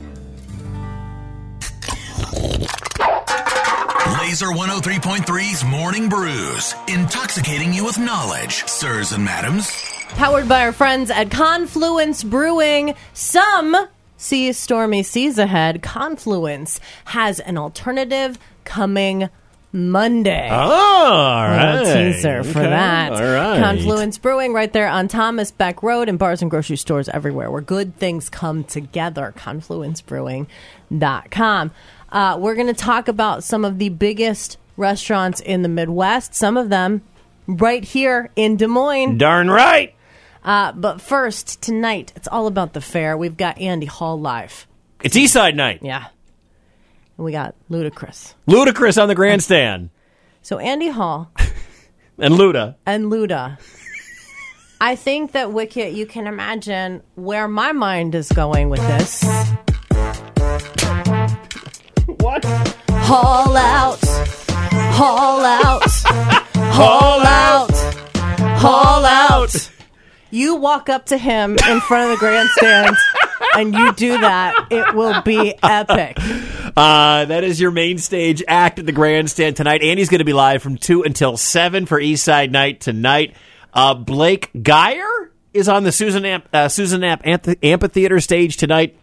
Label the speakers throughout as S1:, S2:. S1: Laser 103.3's Morning Brews, intoxicating you with knowledge, sirs and madams.
S2: Powered by our friends at Confluence Brewing. Some see stormy seas ahead. Confluence has an alternative coming Monday.
S3: Oh, all right.
S2: Little teaser for
S3: Okay,
S2: that.
S3: All right.
S2: Confluence Brewing right there on Thomas Beck Road and bars and grocery stores everywhere where good things come together. Confluencebrewing.com. Uh, we're going to talk about some of the biggest restaurants in the Midwest, some of them right here in Des Moines.
S3: Darn right.
S2: Uh, but first, tonight, it's all about the fair. We've got Andy Hall live.
S3: It's Eastside night.
S2: Yeah. And we got Ludacris.
S3: Ludacris on the grandstand.
S2: So, Andy Hall
S3: And Luda.
S2: and Luda. I think that Wicket, you can imagine where my mind is going with this.
S3: What?
S2: Haul out, haul out,
S3: All
S2: out, haul out. You walk up to him in front of the grandstand and you do that. It will be epic.
S3: Uh, that is your main stage act at the grandstand tonight. Andy's going to be live from 2 until 7 for Eastside Night tonight. Uh, Blake Geyer is on the Susan Amp, uh, Susan Amp Anth- Amphitheater stage tonight.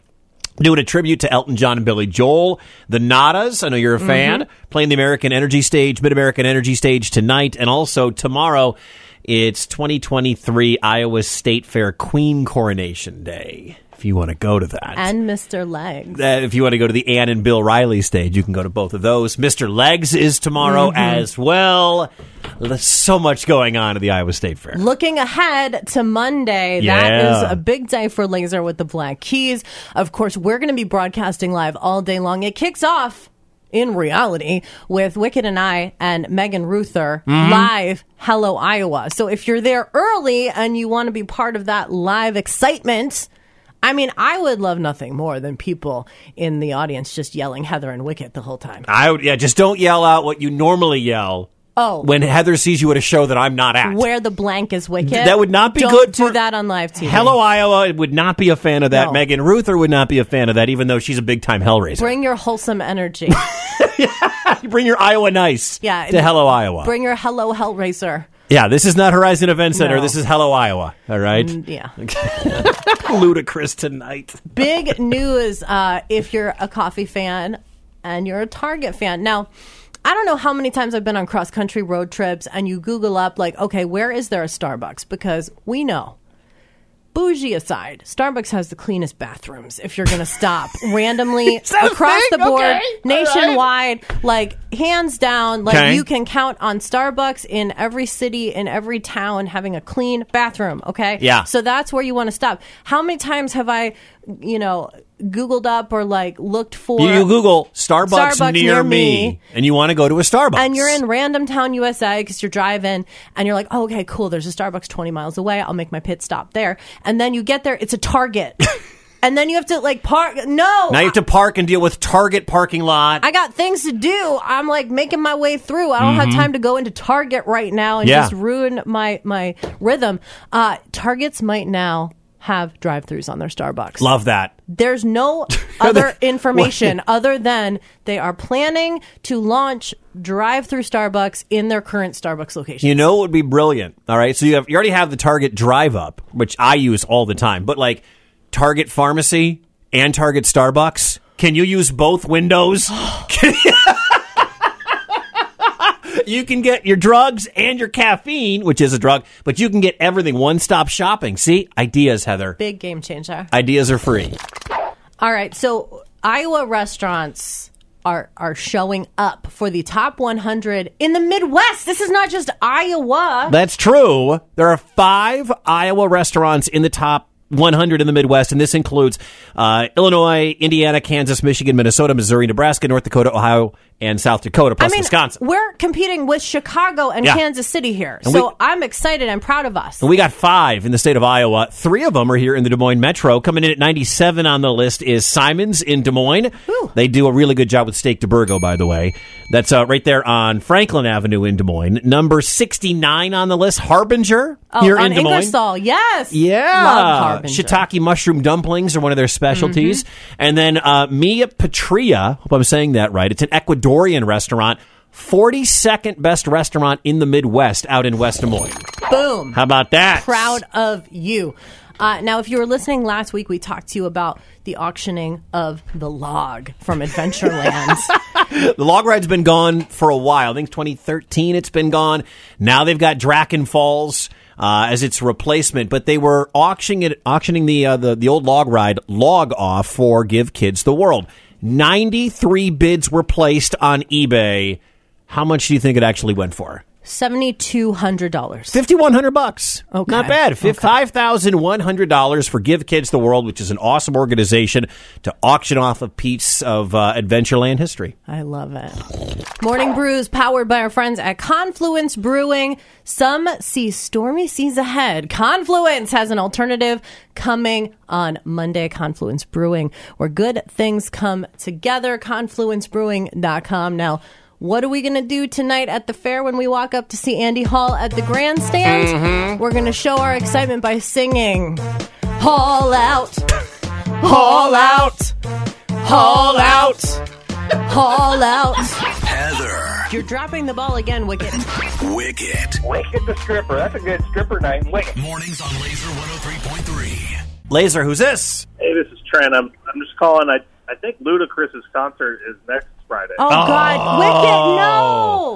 S3: Doing a tribute to Elton John and Billy Joel, the Nadas. I know you're a fan. Playing the American Energy Stage, Mid American Energy Stage tonight, and also tomorrow. It's 2023 Iowa State Fair Queen Coronation Day. If you want to go to that,
S2: And Mr. Legs.
S3: uh, if you want to go to the Ann and Bill Riley stage, you can go to both of those. Mr. Legs is tomorrow
S2: Mm-hmm.
S3: as well. There's so much going on at the Iowa State Fair.
S2: Looking ahead to Monday, that
S3: Yeah.
S2: is a big day for Laser with the Black Keys. Of course, we're going to be broadcasting live all day long. It kicks off in reality with Wicked and I and Megan Ruther
S3: Mm-hmm.
S2: live Hello Iowa. So if you're there early and you want to be part of that live excitement, I mean, I would love nothing more than people in the audience just yelling Heather and Wicked the whole time.
S3: I would, yeah, just don't yell out what you normally yell.
S2: Oh.
S3: when Heather sees you at a show that I'm not at.
S2: Where the blank is wicked.
S3: that would not be
S2: Don't
S3: good
S2: Do
S3: for-
S2: that on live TV.
S3: Hello, Iowa would not be a fan of that.
S2: No.
S3: Megan Ruther would not be a fan of that, even though she's a big time Hellraiser. Bring,
S2: Bring your wholesome energy.
S3: your Iowa nice
S2: Yeah,
S3: to Hello, Iowa.
S2: Bring your hello Hellraiser.
S3: yeah, this is not Horizon Event Center.
S2: No. Mm.
S3: This is Hello, Iowa. All right?
S2: Yeah.
S3: Ludicrous tonight.
S2: Big news uh, if you're a coffee fan and you're a Target fan. Now, I don't know how many times I've been on cross country road trips and you Google up, like, okay, where is there a Starbucks? Because we know. Bougie aside, Starbucks has the cleanest bathrooms if you're going to stop randomly across the board, nationwide, like hands down. Like
S3: Okay.
S2: you can count on Starbucks in every city, in every town having a clean bathroom, okay?
S3: Yeah.
S2: So that's where you want to stop. How many times have I, you know, Googled up or like looked for.
S3: You, you Google Starbucks,
S2: Starbucks
S3: near,
S2: near
S3: me,
S2: me.
S3: and you want to go to a Starbucks.
S2: and you're in random town USA because you're driving and you're like, oh, okay, cool. There's a Starbucks 20 miles away. I'll make my pit stop there. And then you get there, it's a Target. and then you have to like park. No.
S3: Now you have to park and deal with Target parking lot.
S2: I got things to do. I'm like making my way through. I don't have time to go into Target right now and
S3: Mm-hmm. Yeah.
S2: just ruin my my rhythm. Uh, Targets might now have drive-throughs on their Starbucks.
S3: Love that.
S2: There's no other information other than they are planning to launch drive-through Starbucks in their current Starbucks location.
S3: You know what would be brilliant? All right, so you have you already have the Target drive up, which I use all the time. But like Target pharmacy and Target Starbucks, can you use both windows? Can- You can get your drugs and your caffeine, which is a drug, but you can get everything one stop shopping. See? Ideas, Heather.
S2: Big game changer.
S3: Ideas are free.
S2: All right, so Iowa restaurants are are showing up for the top 100 in the Midwest. This is not just Iowa.
S3: That's true. There are five Iowa restaurants in the top 100 in the Midwest, and this includes uh, Illinois, Indiana, Kansas, Michigan, Minnesota, Missouri, Nebraska, North Dakota, Ohio, and South Dakota,
S2: I
S3: plus
S2: mean,
S3: Wisconsin.
S2: we're competing with Chicago and
S3: Yeah.
S2: Kansas City here.
S3: And
S2: so
S3: we-
S2: I'm excited. I'm proud of us.
S3: And we got five in the state of Iowa. Three of them are here in the Des Moines Metro. Coming in at 97 on the list is Simon's in Des Moines. They do a really good job with Steak de Burgo, by the way. That's uh, right there on Franklin Avenue in Des Moines. Number 69 on the list, Harbinger
S2: Oh,
S3: here
S2: on
S3: in Des Moines.
S2: Ingersoll, yes.
S3: Yeah.
S2: Love Harbinger. Mm-hmm.
S3: Shiitake mushroom dumplings are one of their specialties. And then uh, Mia Patria, hope I'm saying that right. It's an Ecuadorian restaurant. 42nd best restaurant in the Midwest out in West Des Moines.
S2: Boom.
S3: How about that?
S2: proud of you. Uh, now, if you were listening last week, we talked to you about the auctioning of the log from Adventureland.
S3: The log ride's been gone for a while. I think 2013 it's been gone. Now they've got Draken Falls uh, as its replacement, but they were auctioning it, auctioning the, uh, the the old log ride log off for Give Kids the World. 93 bids were placed on eBay. How much do you think it actually went for?
S2: $7,200.
S3: Fifty one hundred bucks.
S2: Okay.
S3: Not bad. Five thousand one hundred dollars for Give Kids the World, which is an awesome organization to auction off a piece of uh, Adventureland history.
S2: I love it. Morning Brews, powered by our friends at Confluence Brewing. Some see stormy seas ahead. Confluence has an alternative coming on Monday. Confluence Brewing, where good things come together. ConfluenceBrewing.com. Now, what are we going to do tonight at the fair when we walk up to see Andy Hall at the grandstand? We're going to show our excitement by singing Hall Out, Hall Out, Hall Out, Hall Out.
S1: Heather.
S2: You're dropping the ball again, Wicket.
S1: Wicket.
S4: Wicked the stripper. That's a good stripper name. Wicked.
S1: Mornings on Laser 103.3.
S3: Laser, who's this?
S4: Hey, this is Trent. I'm I'm just calling. I I think Ludacris's concert is next Friday.
S2: Oh, God, Wicket, no!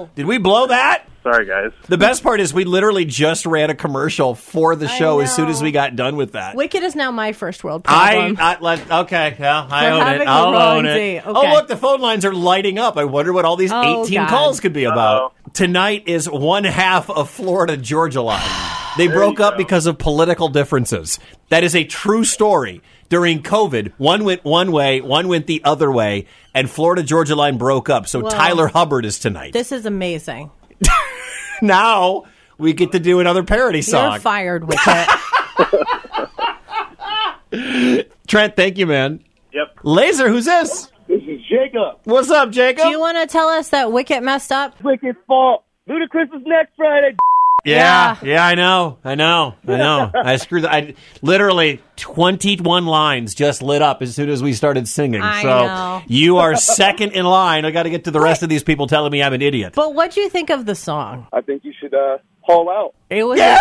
S3: Oh. Did we blow that?
S4: Sorry, guys.
S3: The best part is we literally just ran a commercial for the show as soon
S2: know.
S3: as we got done with that.
S2: Wicket is now my first world
S3: I,
S2: problem.
S3: I let, okay, yeah, I
S2: We're
S3: own it.
S2: having
S3: I'll
S2: the wrong
S3: own it.
S2: day.
S3: Oh,
S2: Okay.
S3: look, the phone lines are lighting up. I wonder what all these
S2: Oh,
S3: 18
S2: God.
S3: calls could be about. Tonight is one half of Florida Georgia line. They broke
S4: you
S3: up
S4: go.
S3: because of political differences. That is a true story. During COVID, one went one way, one went the other way, and Florida Georgia line broke up. So
S2: Whoa.
S3: Tyler Hubbard is tonight.
S2: this is amazing.
S3: now we get to do another parody
S2: You're
S3: song.
S2: fired, Wicket.
S3: Trent, thank you, man.
S4: Yep.
S3: Laser, who's this?
S4: This is Jacob.
S3: What's up, Jacob?
S2: Do you want to tell us that Wicket messed up?
S4: Wicked's fault. Ludacris is next Friday.
S3: yeah, yeah, I know, I know, I know. I screwed. I literally twenty-one lines just lit up as soon as we started singing.
S2: I
S3: so
S2: know.
S3: you are second in line. I got to get to the rest of these people telling me I'm an idiot.
S2: But what do you think of the song?
S4: I think you should uh, haul out.
S2: It was. Yeah.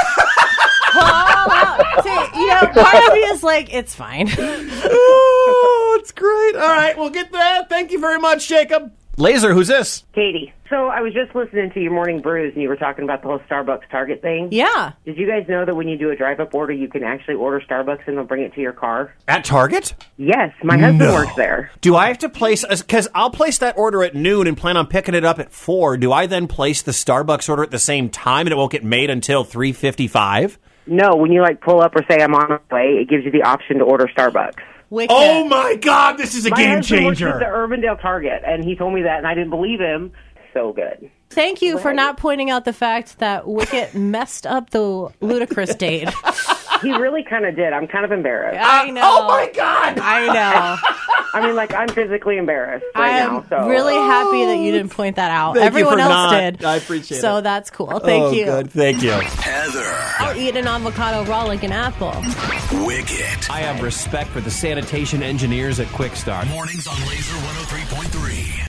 S2: Well, well, see, you know, part of me is like, it's fine.
S3: oh, it's great. All right, we'll get that. Thank you very much, Jacob. Laser, who's this?
S5: Katie, so I was just listening to your morning brews, and you were talking about the whole Starbucks Target thing.
S2: Yeah.
S5: Did you guys know that when you do a drive-up order, you can actually order Starbucks and they'll bring it to your car?
S3: At Target?
S5: Yes, my husband works there.
S3: Do I have to place because I'll place that order at noon and plan on picking it up at four? Do I then place the Starbucks order at the same time and it won't get made until three fifty-five?
S5: No, when you like pull up or say I'm on my way, it gives you the option to order Starbucks.
S2: Wicket.
S3: Oh my God, this is a
S5: My
S3: game
S5: husband works at
S3: changer.
S5: the Urbandale Target, and he told me that, and I didn't believe him. So good.
S2: Thank you for not pointing out the fact that Wicket messed up the ludicrous date.
S5: He really kind of did. I'm kind of embarrassed.
S2: I know.
S3: Uh, Oh my God.
S2: I know.
S5: I mean, like I'm physically embarrassed right
S2: I am
S5: now. So
S2: really happy that you didn't point that out.
S3: Oh, Thank you
S2: Everyone
S3: for
S2: else
S3: not.
S2: did.
S3: I appreciate
S2: So
S3: it.
S2: that's cool. Thank
S3: Oh,
S2: you.
S3: good. Thank you.
S1: Heather.
S2: I'll eat an avocado raw like an apple.
S1: Wicket.
S3: I have respect for the sanitation engineers at Quick Start.
S1: oh Mornings on Laser 103.3.